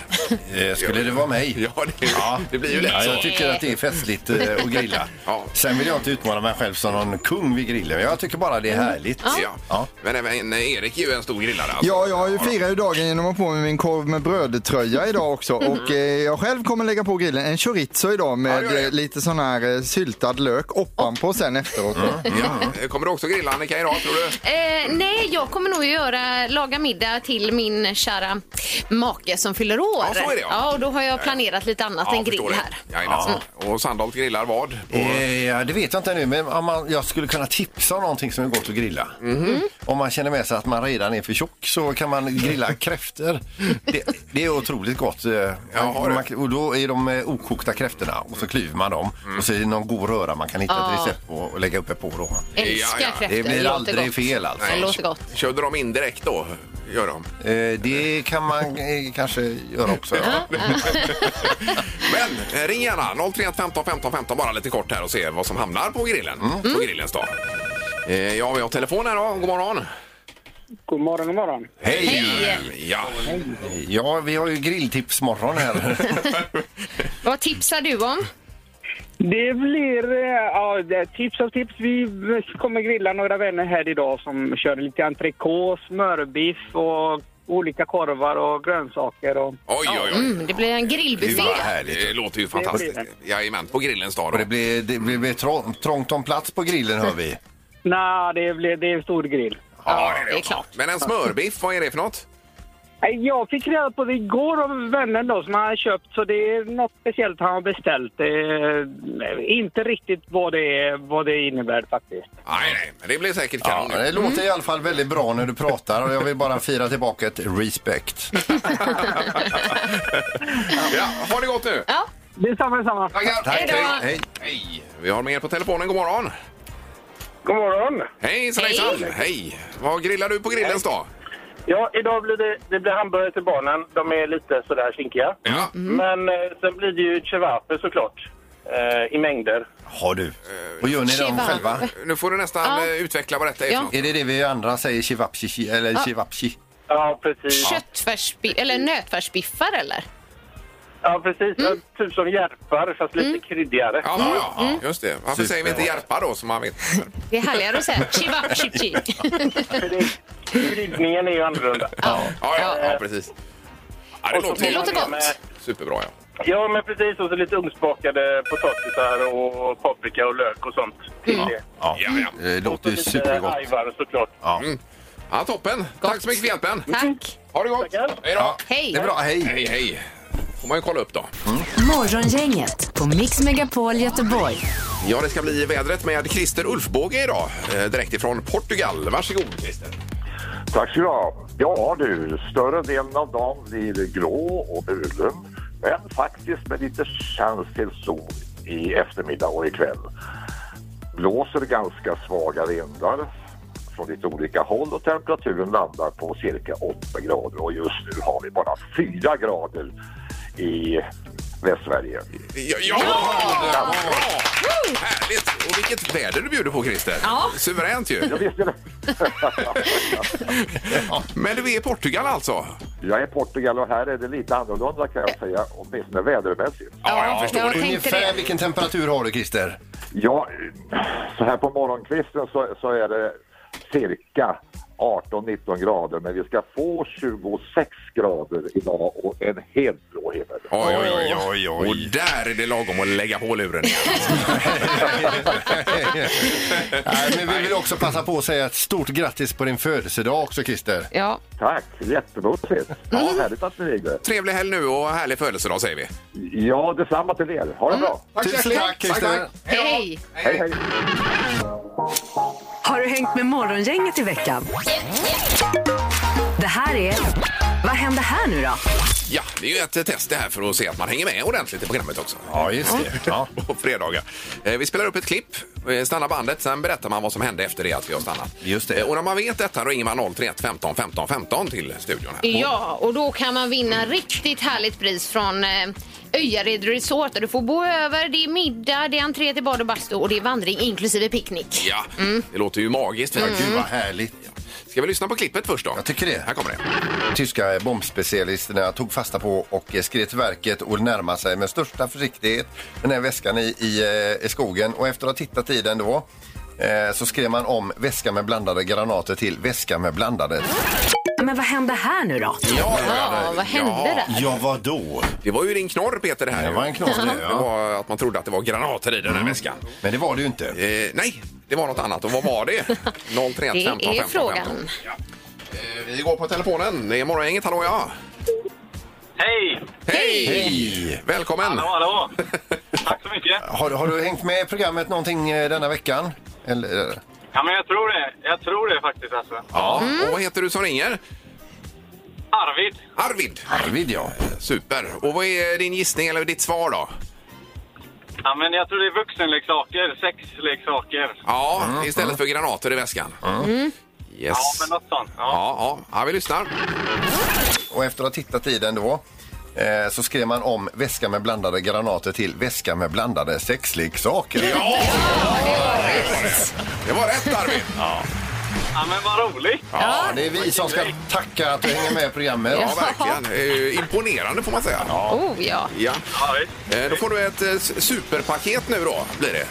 Speaker 5: Eh, Skulle det vara mig?
Speaker 4: Ja, det, det blir ju lätt
Speaker 5: Ja,
Speaker 4: så.
Speaker 5: jag tycker att det är festligt eh, att grilla.
Speaker 4: Ja.
Speaker 5: Sen vill jag inte utmana mig själv som någon kung vid grillen. Jag tycker bara det är härligt.
Speaker 4: Mm. Ja.
Speaker 5: Ja.
Speaker 4: Men även Erik är ju en stor grillare. Alltså.
Speaker 6: Ja, jag har ju firar ju dagen genom att ha på mig min korv med brödtröja idag också. Och eh, jag själv kommer lägga på grillen en chorizo idag med
Speaker 4: Ja, gör det.
Speaker 6: eh, lite sån här eh, syltad lök ovanpå sen efteråt.
Speaker 5: Mm.
Speaker 4: Ja. Kommer du också grilla, Annika, idag, tror du?
Speaker 7: Eh, nej, jag kommer nog göra, laga middag till min kära make som fyller år.
Speaker 4: Ja, så är det, ja.
Speaker 7: ja. och då har jag planerat lite annat än grill
Speaker 4: förstår det.
Speaker 7: här.
Speaker 4: Jajamensan. Och Sandholt grillar vad? Och,
Speaker 5: Eh, ja, det vet jag inte nu, men om man, jag skulle kunna tipsa om någonting som är gott att grilla.
Speaker 4: Mhm.
Speaker 5: Om man känner med sig att man redan är för tjock så kan man grilla kräftor. Det, det är otroligt gott. eh,
Speaker 4: har
Speaker 5: Man, man, och då är de eh, okokta kräftorna och så klyver man dem och så är det någon god röra man kan hitta ett
Speaker 7: Ja.
Speaker 5: recept på och lägga uppe på. Då.
Speaker 7: Älskar
Speaker 4: Mm. Ja, ja.
Speaker 7: kräftor.
Speaker 5: Det blir
Speaker 7: låter
Speaker 5: aldrig
Speaker 7: gott.
Speaker 5: fel alltså.
Speaker 7: Det låter gott.
Speaker 4: Körde de in direkt då? Gör de.
Speaker 5: Eh, det kan man eh, kanske göra också. Ja.
Speaker 7: Mm.
Speaker 4: Men eh, ring gärna 031 15 15 15 bara lite kort här och se vad som hamnar på grillen.
Speaker 7: Mm.
Speaker 4: På grillens dag. Eh, ja, vi har telefon här då. God morgon.
Speaker 10: God morgon, god morgon.
Speaker 5: Hej!
Speaker 4: Hej! Ja.
Speaker 5: Ja, vi har ju grilltipsmorgon här.
Speaker 7: Vad tipsar du om?
Speaker 10: Det blir eh, ja, det är tips av tips. Vi kommer grilla några vänner här idag som kör lite entrecôte, smörbiff och olika korvar och grönsaker. Och...
Speaker 4: Oj, oj, oj.
Speaker 7: Mm, det blir en grillbuffé.
Speaker 4: Gud, vad härligt. Det låter ju fantastiskt.
Speaker 10: Det
Speaker 4: Jajamän, på grillens dag
Speaker 5: Och det
Speaker 4: då.
Speaker 5: blir, det blir, blir trång- trångt om plats på grillen hör vi.
Speaker 10: Nej, det, blir, det är en stor grill.
Speaker 4: Ja,
Speaker 7: det är klart.
Speaker 4: Men en smörbiff, vad är det för något?
Speaker 10: Nej, Jag fick reda på det igår av vännen då som han har köpt så det är något speciellt han har beställt. Eh, inte riktigt vad det, är, vad det innebär faktiskt.
Speaker 4: Nej, nej, men det blir säkert
Speaker 5: Ja,
Speaker 4: kanon.
Speaker 5: det
Speaker 7: Mm.
Speaker 5: låter i alla fall väldigt bra när du pratar och jag vill bara fira tillbaka ett respect.
Speaker 4: ja, ha det gott nu.
Speaker 7: Ja,
Speaker 10: Det är samma, samma.
Speaker 4: Tackar.
Speaker 5: Tack,
Speaker 7: då.
Speaker 5: hej, hej.
Speaker 4: Hej. Vi har mer på telefonen. God morgon.
Speaker 10: God morgon!
Speaker 4: Hej, hejsan. Hej. Vad grillar du på grillens dag?
Speaker 10: Ja, idag blir det, det blir hamburgare till barnen. De är lite sådär kinkiga.
Speaker 4: Ja.
Speaker 10: Men eh, sen blir det ju chewaper såklart. Eh, I mängder.
Speaker 5: Har du. Och gör ni dem
Speaker 7: Shiva.
Speaker 5: själva?
Speaker 4: Nu får du nästan
Speaker 7: Ja.
Speaker 4: eh, utveckla vad detta är
Speaker 7: Ja.
Speaker 4: för något.
Speaker 5: Är det det vi andra säger, chivapchi, eller chivapchi?
Speaker 10: Ja, precis.
Speaker 7: köttfärsbi- eller nötfärsbiffar eller?
Speaker 10: Ja, precis. Ja, Typ som järpar fast lite kryddigare.
Speaker 4: Mm.
Speaker 10: Mm.
Speaker 4: Ja, ja, ja, just det. Varför
Speaker 5: Super.
Speaker 4: säger vi inte järpa då, som man vet?
Speaker 7: Det är härligare att säga chivap chip chip.
Speaker 10: För det, kryddningen är ju annorlunda.
Speaker 4: Ja, ja, ja precis. Ja, det,
Speaker 10: Och så
Speaker 4: låter,
Speaker 10: får
Speaker 7: Det
Speaker 10: man
Speaker 7: låter
Speaker 10: det
Speaker 7: gott.
Speaker 10: med-
Speaker 4: superbra. Ja.
Speaker 10: Ja, men precis. Och så lite ugnsbakade potatisar och paprika och lök och sånt. till
Speaker 4: Mm.
Speaker 10: det.
Speaker 5: Ja.
Speaker 4: Ja, ja.
Speaker 5: Det
Speaker 10: Och
Speaker 5: låter
Speaker 10: så
Speaker 5: ju
Speaker 10: lite
Speaker 5: supergott.
Speaker 10: ajvar såklart.
Speaker 4: Ja, toppen. Tack så mycket för hjälpen.
Speaker 7: Tack.
Speaker 4: Ha det gott.
Speaker 10: Tackar.
Speaker 4: Hej då.
Speaker 7: Hej.
Speaker 5: Det är bra, hej. Mm.
Speaker 4: Hej, hej. får man ju kolla upp då.
Speaker 3: Morgongänget på Mix Megapol Göteborg.
Speaker 4: Ja, det ska bli vädret med Christer Ulfbåge idag. eh, Direkt ifrån Portugal. Varsågod Christer.
Speaker 1: Tack ska du ha. Ja du, större delen av dagen blir grå och bulen. Men faktiskt med lite chans till sol i eftermiddag och ikväll. blåser ganska svaga vindar från lite olika håll och temperaturen landar på cirka 8 grader och just nu har vi bara 4 grader i Västsverige.
Speaker 4: Ja! ja! Bra! Härligt! Och vilket väder du bjuder på, Christer.
Speaker 7: Ja.
Speaker 4: Suveränt ju.
Speaker 1: Jag, visste det.
Speaker 4: Men du är i Portugal alltså?
Speaker 1: jag är i Portugal och här är det lite annorlunda kan jag säga, åtminstone vädermässigt.
Speaker 4: Ja, jag
Speaker 7: Ja,
Speaker 4: förstår
Speaker 7: jag
Speaker 4: det.
Speaker 7: tänkte
Speaker 5: Ungefär
Speaker 7: det.
Speaker 5: vilken temperatur har du Christer?
Speaker 1: Ja, så här på morgonkvisten så, så är det cirka 18-19 grader men vi ska få 26 grader idag och en helt blå himmel.
Speaker 4: Oj, oj, oj, oj, oj. Och där är det lagom att lägga på luren igen.
Speaker 5: Nej, men vi vill också passa på att säga ett stort grattis på din födelsedag också Christer.
Speaker 7: Ja,
Speaker 1: Tack, jättebussigt. Ja, härligt att ni ringde.
Speaker 4: Trevlig helg nu och härlig födelsedag säger vi. Mm.
Speaker 1: Ja, detsamma till er. Ha det bra.
Speaker 5: Tusen tack Christer.
Speaker 7: hej!
Speaker 1: Hej, hej.
Speaker 3: Har du hängt med Morgongänget i veckan? Det här är... Vad händer här nu då?
Speaker 4: Ja, det är ju ett test det här för att se att man hänger med ordentligt i programmet också.
Speaker 5: Ja, just det. Ja.
Speaker 4: På fredagar. Eh, Vi spelar upp ett klipp, eh, stannar bandet, sen berättar man vad som hände efter det att vi har stannat.
Speaker 5: Just det.
Speaker 4: Eh, Och när man vet detta då ringer man 031 15 15 15 till studion här.
Speaker 7: Ja, och då kan man vinna riktigt härligt pris från eh, Öjared Resort där du får bo över, det är middag, det är entré till bad och bastu och det är vandring inklusive picknick.
Speaker 4: Ja, det låter ju magiskt.
Speaker 5: Ja,
Speaker 4: faktiskt.
Speaker 5: gud vad härligt.
Speaker 4: Ska vi lyssna på klippet först då?
Speaker 5: Jag tycker det.
Speaker 4: Här kommer det.
Speaker 5: Tyska bombspecialisterna tog fasta på och eh, skred till verket och närmade sig med största försiktighet den här väskan i, i, eh, i skogen. Och efter att ha tittat i den då eh, så skrev man om väska med blandade granater till väska med blandade.
Speaker 3: Men vad händer här nu då?
Speaker 4: Ja,
Speaker 7: Ja, vad hände där?
Speaker 5: Ja, vadå?
Speaker 4: Det var ju din knorr Peter det här.
Speaker 5: Det var en knorr, det, ja. Mm.
Speaker 4: Det var att man trodde att det var granater i den här väskan.
Speaker 5: Men det var det ju inte.
Speaker 4: Eh, nej, det var något annat. Och vad var det? 031 15
Speaker 7: Det
Speaker 4: 15
Speaker 7: är
Speaker 4: 15.
Speaker 7: frågan.
Speaker 4: Ja. Eh, vi går på telefonen. Det är Morgongänget. Hallå ja!
Speaker 9: Hej!
Speaker 4: Hej! Välkommen!
Speaker 9: Hallå, hallå! Tack så mycket.
Speaker 5: Har, har du hängt med i programmet någonting eh, denna veckan? Eller, eh,
Speaker 9: Ja, men jag tror det. Jag tror det faktiskt alltså.
Speaker 4: Ja. Mm. Och vad heter du som ringer?
Speaker 9: Arvid,
Speaker 4: Arvid.
Speaker 5: Arvid, ja.
Speaker 4: Super. Och vad är din gissning eller ditt svar då?
Speaker 9: ja, men jag tror det är vuxenleksaker, sexleksaker.
Speaker 4: Ja,
Speaker 5: Mm.
Speaker 4: istället för granater i väskan. Mm. Yes.
Speaker 9: Ja, men något sånt. Ja.
Speaker 4: Ja, ja. ja, vi lyssnar.
Speaker 5: Och efter att ha tittat i den då eh, så skrev man om väska med blandade granater till väska med blandade sexleksaker.
Speaker 4: Ja! Det var rätt. Det var rätt Arvid.
Speaker 9: ja, men vad roligt!
Speaker 5: Ja, det är vi som ska tacka att du hänger med i programmet.
Speaker 4: Ja, verkligen. Eh, Imponerande får man säga. Ja.
Speaker 7: Oh ja.
Speaker 4: ja.
Speaker 9: Ja, visst.
Speaker 4: Eh, Då får du ett eh, s- superpaket nu då, blir det.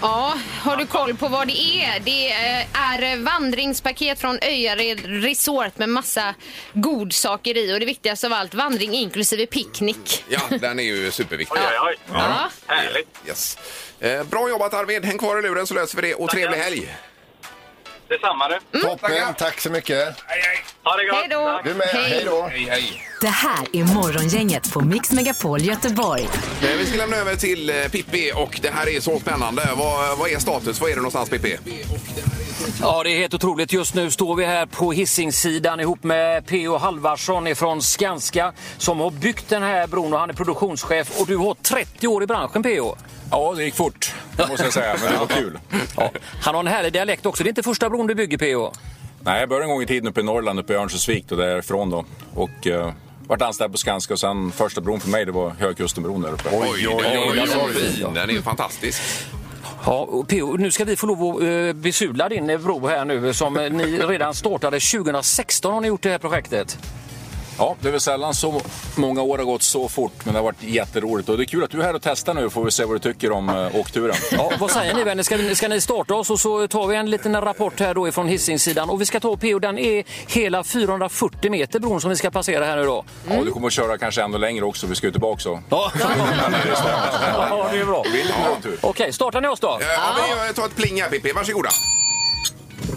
Speaker 7: Ja, har du koll på vad det är? Det eh, är vandringspaket från Öjared Resort med massa godsaker i och det viktigaste av allt, vandring inklusive picknick.
Speaker 4: Ja, den är ju superviktig.
Speaker 9: Oj, oj, oj.
Speaker 7: Ja.
Speaker 9: Härligt.
Speaker 4: Yes. Eh, Bra jobbat Arvid. Häng kvar i luren så löser vi det. Och trevlig helg.
Speaker 9: Detsamma du.
Speaker 5: Toppen, Mm. tack så mycket.
Speaker 9: Ha det gott!
Speaker 7: Hej då!
Speaker 5: Du med, hej då.
Speaker 4: Hej, hej.
Speaker 3: Det här är Morgongänget på Mix Megapol Göteborg.
Speaker 4: Eh, Vi ska lämna över till eh, Pippi och det här är så spännande. Vad, vad är status? Vad är det någonstans Pippi?
Speaker 11: Ja, det är helt otroligt. Just nu står vi här på Hisingssidan ihop med P.O. Halvarsson ifrån Skanska som har byggt den här bron och han är produktionschef. Och du har 30 år i branschen P.O.
Speaker 12: Ja, det gick fort, måste jag säga, men det var kul.
Speaker 11: Ja, han har en härlig dialekt också. Det är inte första bron du bygger P.O.
Speaker 12: Nej, jag började en gång i tiden uppe i Norrland, uppe i Örnsköldsvik och därifrån då. Och eh, vart anställd på Skanska och sen första bron för mig, det var Högkustenbron där uppe.
Speaker 4: oj,
Speaker 5: oj,
Speaker 4: den är
Speaker 5: oj.
Speaker 4: fin. Den är ju fantastisk.
Speaker 11: Ja, och P.O. nu ska vi få lov att eh, besudla din eh, bro här nu som eh, ni redan startade 2016 har ni gjort det här projektet.
Speaker 12: Ja, det är väl sällan så många år har gått så fort, men det har varit jätteroligt. Och det är kul att du är här och testar nu, får vi se vad du tycker om eh, åkturen.
Speaker 11: Ja, vad säger ni vänner, ska, ska ni starta oss och så tar vi en liten rapport här då ifrån Hisingssidan. Och vi ska ta PO, den är hela 440 meter bron som vi ska passera här nu då.
Speaker 12: Ja, du kommer att köra kanske ännu längre också, vi ska ju tillbaka så.
Speaker 11: Mm. Ja, ja det är bra.
Speaker 12: Det blir lite lång tur.
Speaker 11: Okej, startar ni oss då?
Speaker 4: Eh, Ja, vi eh, tar ett pling här Pippi. Varsågoda.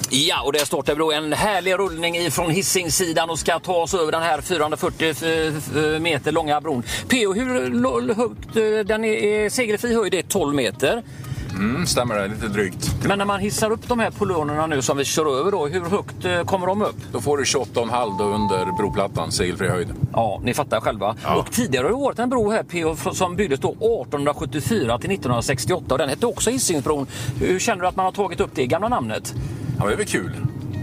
Speaker 11: Ja, och där startar vi då en härlig rullning ifrån Hisingssidan och ska ta oss över den här 440 f- f- meter eh, långa bron. PO, hur lo- högt? eh, Den är är segelfri höjd är 12 meter.
Speaker 12: Mm, stämmer det. Lite drygt.
Speaker 11: Men när man hissar upp de här polonerna nu som vi kör över då, hur högt eh, kommer de upp?
Speaker 12: Då får du 28,5 då under broplattan, segelfri höjd.
Speaker 11: Ja, ni fattar själva. Och tidigare har det varit en bro här PO fr- som byggdes då 1874 till 1968 och den hette också Hisingsbron. Hur känner du att man har tagit upp det gamla namnet?
Speaker 12: Ja, men det är väl kul.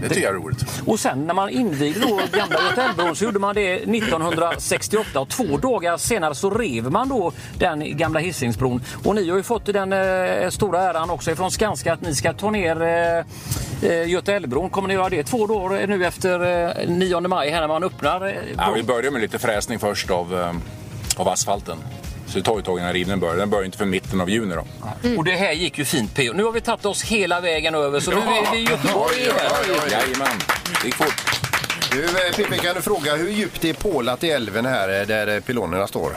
Speaker 12: Det tycker jag är roligt.
Speaker 11: Och sen när man invigde då gamla Göta älvbron så gjorde man det 1968 och två dagar senare så rev man då den gamla Hisingsbron. Och ni har ju fått den eh, stora äran också ifrån Skanska att ni ska ta ner eh, eh, Göta älvbron. Kommer ni göra det två dagar nu efter eh, 9 maj här när man öppnar? eh,
Speaker 12: Ja, vi börjar med lite fräsning först av, eh, av asfalten. Så det tar ju ett tag innan rivningen börjar. Den börjar ju inte för mitten av juni då.
Speaker 11: Och det här gick ju fint P.O. Nu har vi tagit oss hela vägen över så nu är vi i Göteborg igen.
Speaker 12: Jajamän, det gick fort.
Speaker 5: Du, eh, Pippi, kan du fråga hur djupt det är pålat i älven här eh, där eh, pylonerna står?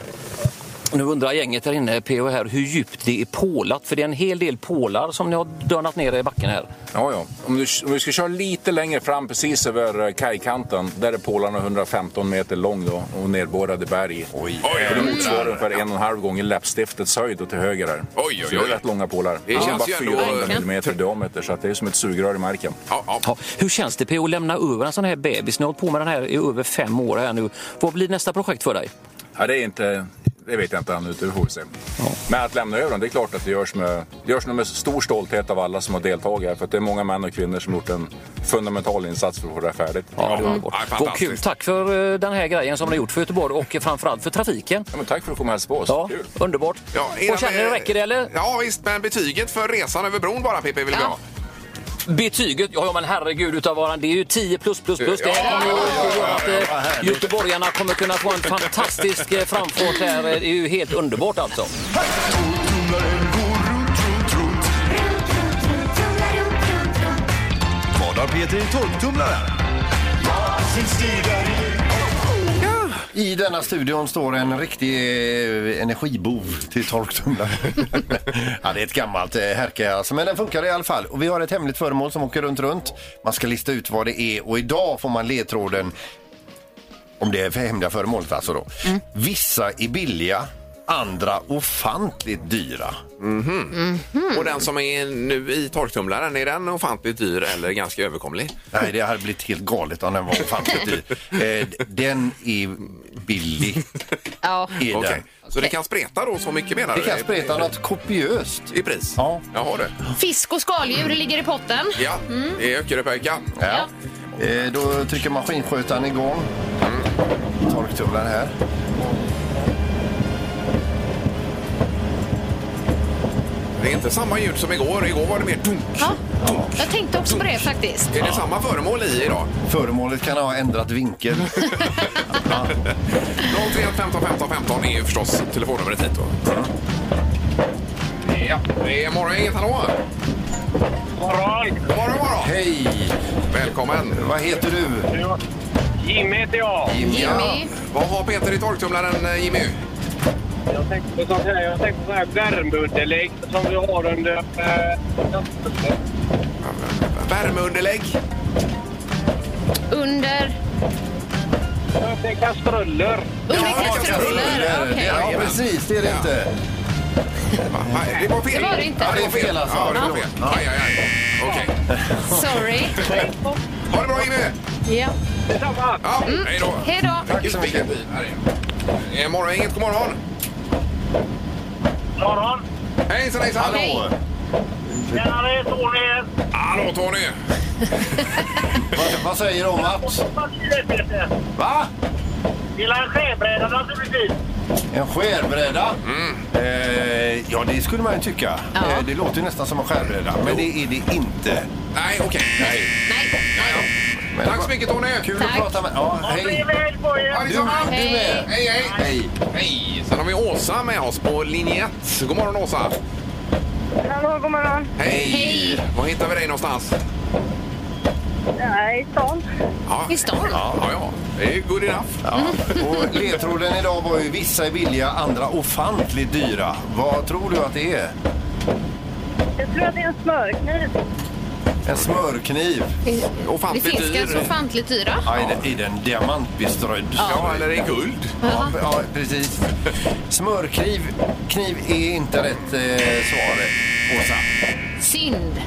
Speaker 11: Nu undrar gänget här inne, P.O. här, hur djupt det är pålat. För det är en hel del pålar som ni har dönat ner i backen här.
Speaker 12: Ja, ja. Om du, om du ska köra lite längre fram, precis över eh, kajkanten, där är pålarna 115 meter lång då, och nedborrade berg. Oj,
Speaker 4: oj,
Speaker 12: Det
Speaker 4: oj.
Speaker 12: motsvarar ungefär en och en halv gånger läppstiftets höjd och till höger där.
Speaker 4: Oj, oj,
Speaker 12: Så det är
Speaker 4: oj.
Speaker 12: rätt långa pålar.
Speaker 4: Det
Speaker 12: Det är
Speaker 4: känns
Speaker 12: bara
Speaker 4: ju ändå-
Speaker 12: 400
Speaker 4: Verkligen.
Speaker 12: millimeter i diameter, så att det är som ett sugrör i marken.
Speaker 11: Ja, hur känns det P.O. att lämna över en sån här bebis? Ni har hållit på med den här i över fem år här nu. Vad blir nästa projekt för dig?
Speaker 12: Ja, det är inte... Det vet jag inte ännu, det får vi se. Men att lämna över den, det är klart att det görs, med, det görs nog med stor stolthet av alla som har deltagit här. För att det är många män och kvinnor som gjort en fundamental insats för att få det här färdigt.
Speaker 11: Ja, det är underbart. Mm. Vad kul. Tack för eh, den här grejen som ni har gjort för Göteborg och framförallt för trafiken.
Speaker 12: Ja, men tack för att du kom och hälsade på oss.
Speaker 11: Ja,
Speaker 12: Kul.
Speaker 11: underbart. och känner ni räcker det eller?
Speaker 4: Ja visst, men betyget för resan över bron bara Pippi vill vi ha.
Speaker 11: Betyget? Ja, ja men herregud utav varan, det är ju 10 plus plus plus. Det
Speaker 4: Ja,
Speaker 11: här kommer ju
Speaker 4: ja, ja,
Speaker 11: att
Speaker 4: ja,
Speaker 11: göra att
Speaker 4: ja,
Speaker 11: eh, göteborgarna kommer kunna få en fantastisk eh, framfart här. Det är ju helt underbart alltså.
Speaker 13: Vad har Peter i torktumlaren?
Speaker 5: I denna studion står en riktig eh, energibov till torktumlare. ja, det är ett gammalt eh, härke alltså, men den funkar i alla fall. Och vi har ett hemligt föremål som åker runt runt. Man ska lista ut vad det är och idag får man ledtråden om det är för hemliga föremålet alltså då. Vissa är billiga, andra ofantligt dyra.
Speaker 4: Mhm.
Speaker 7: Mm.
Speaker 4: Och den som är nu i torktumlaren, är den ofantligt dyr eller ganska överkomlig?
Speaker 5: Nej, det hade blivit helt galet om den var ofantligt dyr. Eh, d- den är billig.
Speaker 7: Ja.
Speaker 5: Är den.
Speaker 4: Okej. Så det kan spreta då så mycket menar
Speaker 5: Det
Speaker 4: du?
Speaker 5: kan spreta något kopiöst.
Speaker 4: I pris?
Speaker 5: Ja.
Speaker 4: Jaha du.
Speaker 7: Fisk och skaldjur ligger i potten. Mm.
Speaker 4: Ja, det är Öckeröpöjka.
Speaker 5: Ja. Eh, Då trycker maskinskötaren igång.
Speaker 4: Mm.
Speaker 5: Torktumlaren här.
Speaker 4: Det är inte samma ljud som igår. Igår var det mer dunk.
Speaker 7: Ja. Jag tänkte också på det faktiskt.
Speaker 4: Är det samma föremål i idag?
Speaker 5: Föremålet kan ha ändrat vinkel.
Speaker 4: 031 15 15 15 är ju förstås telefonnumret hit då. Ja, det är morgongänget. Hallå!
Speaker 14: morgon!
Speaker 4: God morgon, god morgon!
Speaker 5: Hej!
Speaker 4: Välkommen!
Speaker 5: Vad heter du?
Speaker 14: Jimmy heter jag.
Speaker 4: Ja. Vad har Peter i torktumlaren, eh, Jimmy?
Speaker 14: Jag tänkte på sånt här, jag tänkte på sån här värmeunderlägg som vi har under... Eh,
Speaker 4: Värmeunderlägg?
Speaker 7: Under...
Speaker 14: Under kastruller.
Speaker 7: Under kastruller, okej.
Speaker 5: Ja, precis. Det är det inte.
Speaker 4: Nej, det var fel.
Speaker 7: Det var det inte.
Speaker 4: Ja, det var fel alltså. Ja, det var fel. Aj, aj, aj. Okej.
Speaker 7: Sorry.
Speaker 4: Ha det bra, Jimmy!
Speaker 7: Ja. Mm.
Speaker 14: Detsamma!
Speaker 4: Ja, hej då!
Speaker 7: Hej då.
Speaker 4: Tack så mycket. Eh, Morgongänget, god morgon!
Speaker 14: God morgon!
Speaker 4: Hejsan, hejsan!
Speaker 14: Hej. Tjenare Tony!
Speaker 4: Hallå, Tony!
Speaker 5: Vad, vad säger du om att... Va?
Speaker 14: Gillar en skärbräda naturligtvis.
Speaker 5: En skärbräda?
Speaker 4: Mm.
Speaker 5: Eh, ja, det skulle man ju tycka.
Speaker 7: Ja.
Speaker 5: Eh, det låter ju nästan som en skärbräda, men det är det inte.
Speaker 4: Nej, okej. Nej.
Speaker 7: Nej.
Speaker 4: Ja, ja.
Speaker 5: Men-
Speaker 4: Tack så mycket, Tony!
Speaker 5: Kul
Speaker 7: Tack.
Speaker 5: att prata med... Ja, hej.
Speaker 14: väl på
Speaker 4: Ja,
Speaker 14: er!
Speaker 4: detsamma.
Speaker 5: Du med.
Speaker 4: Hej, hej!
Speaker 5: Hej.
Speaker 4: Hej! Sen har vi Åsa med oss på linje 1. God morgon, Åsa!
Speaker 8: Hallå, god morgon.
Speaker 4: Hej!
Speaker 7: Hej.
Speaker 4: Var hittar vi dig någonstans?
Speaker 8: Nej, stan.
Speaker 4: Ja.
Speaker 7: I stan.
Speaker 4: Ja, ja, ja. Det är good enough.
Speaker 5: Ja. Och ledtråden idag var ju vissa är billiga, andra ofantligt dyra. Vad tror du att det är?
Speaker 8: Jag tror att det är en smörkniv.
Speaker 5: En smörkniv?
Speaker 7: Det
Speaker 4: Ofantligt
Speaker 7: finns ganska
Speaker 4: dyr.
Speaker 7: ofantligt dyra.
Speaker 5: Ja, är den- är den diamantbeströdd?
Speaker 4: Ja, eller i guld.
Speaker 5: Ja, ja, precis. Smörkniv kniv är inte rätt eh, svar.
Speaker 4: Åsa.
Speaker 7: Synd.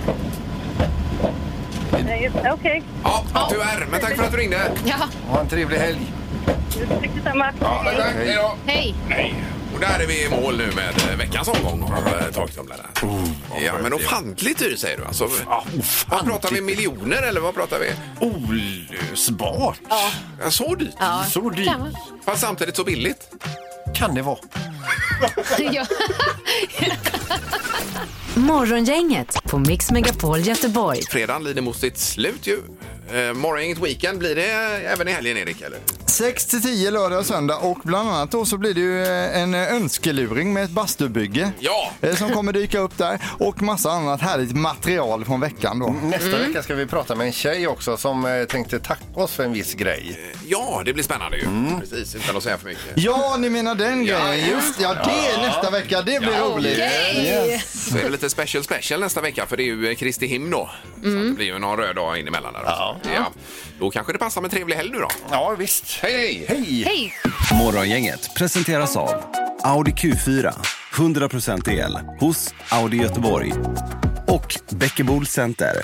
Speaker 8: Okej, okay.
Speaker 4: Ja, tyvärr. Men tack för att du ringde.
Speaker 7: Ja,
Speaker 5: Ha en trevlig helg.
Speaker 8: detsamma.
Speaker 4: tack, tack. Hej då.
Speaker 7: hej.
Speaker 4: Nej. Och där är vi i mål nu med eh, veckans omgång av eh, torktumlarna.
Speaker 5: Oh,
Speaker 4: ja, men ofantligt dyr säger du alltså.
Speaker 5: Ah,
Speaker 4: Vad pratar vi miljoner eller vad pratar vi? Olösbart. Ja. Så dyrt.
Speaker 7: Ja.
Speaker 5: Så dyrt.
Speaker 7: Kan man-
Speaker 4: Fast samtidigt så billigt.
Speaker 5: Kan det vara.
Speaker 7: Ja.
Speaker 3: Morgongänget på Mix Megapol Göteborg.
Speaker 4: Fredagen lider mot sitt slut ju. Eh, Morgongänget Weekend blir det även i helgen Erik eller?
Speaker 6: 6 till 10 lördag och söndag och bland annat då så blir det ju eh, en önskeluring med ett bastubygge.
Speaker 4: Ja.
Speaker 6: eh, Som kommer dyka upp där och massa annat härligt material från veckan då.
Speaker 4: Mm.
Speaker 6: Mm.
Speaker 5: Nästa vecka ska vi prata med en tjej också som eh, tänkte tacka oss för en viss grej.
Speaker 4: Ja, det blir spännande ju.
Speaker 6: Mm.
Speaker 4: Precis, utan att säga för mycket.
Speaker 6: Ja, ni menar den grejen. Just ja, det är nästa vecka. Det blir roligt. Yes.
Speaker 4: Så är det lite special special nästa vecka för det är ju eh, Kristi himn då. Så att det blir ju någon röd dag in emellan där också. Ja. Då kanske det passar med trevlig helg nu då.
Speaker 5: Ja, visst.
Speaker 4: Hej, hej!
Speaker 5: Hej!
Speaker 7: Hej.
Speaker 13: Morgongänget presenteras av Audi Q4. 100% el hos Audi Göteborg. Och Bäckebol Center.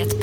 Speaker 3: Ett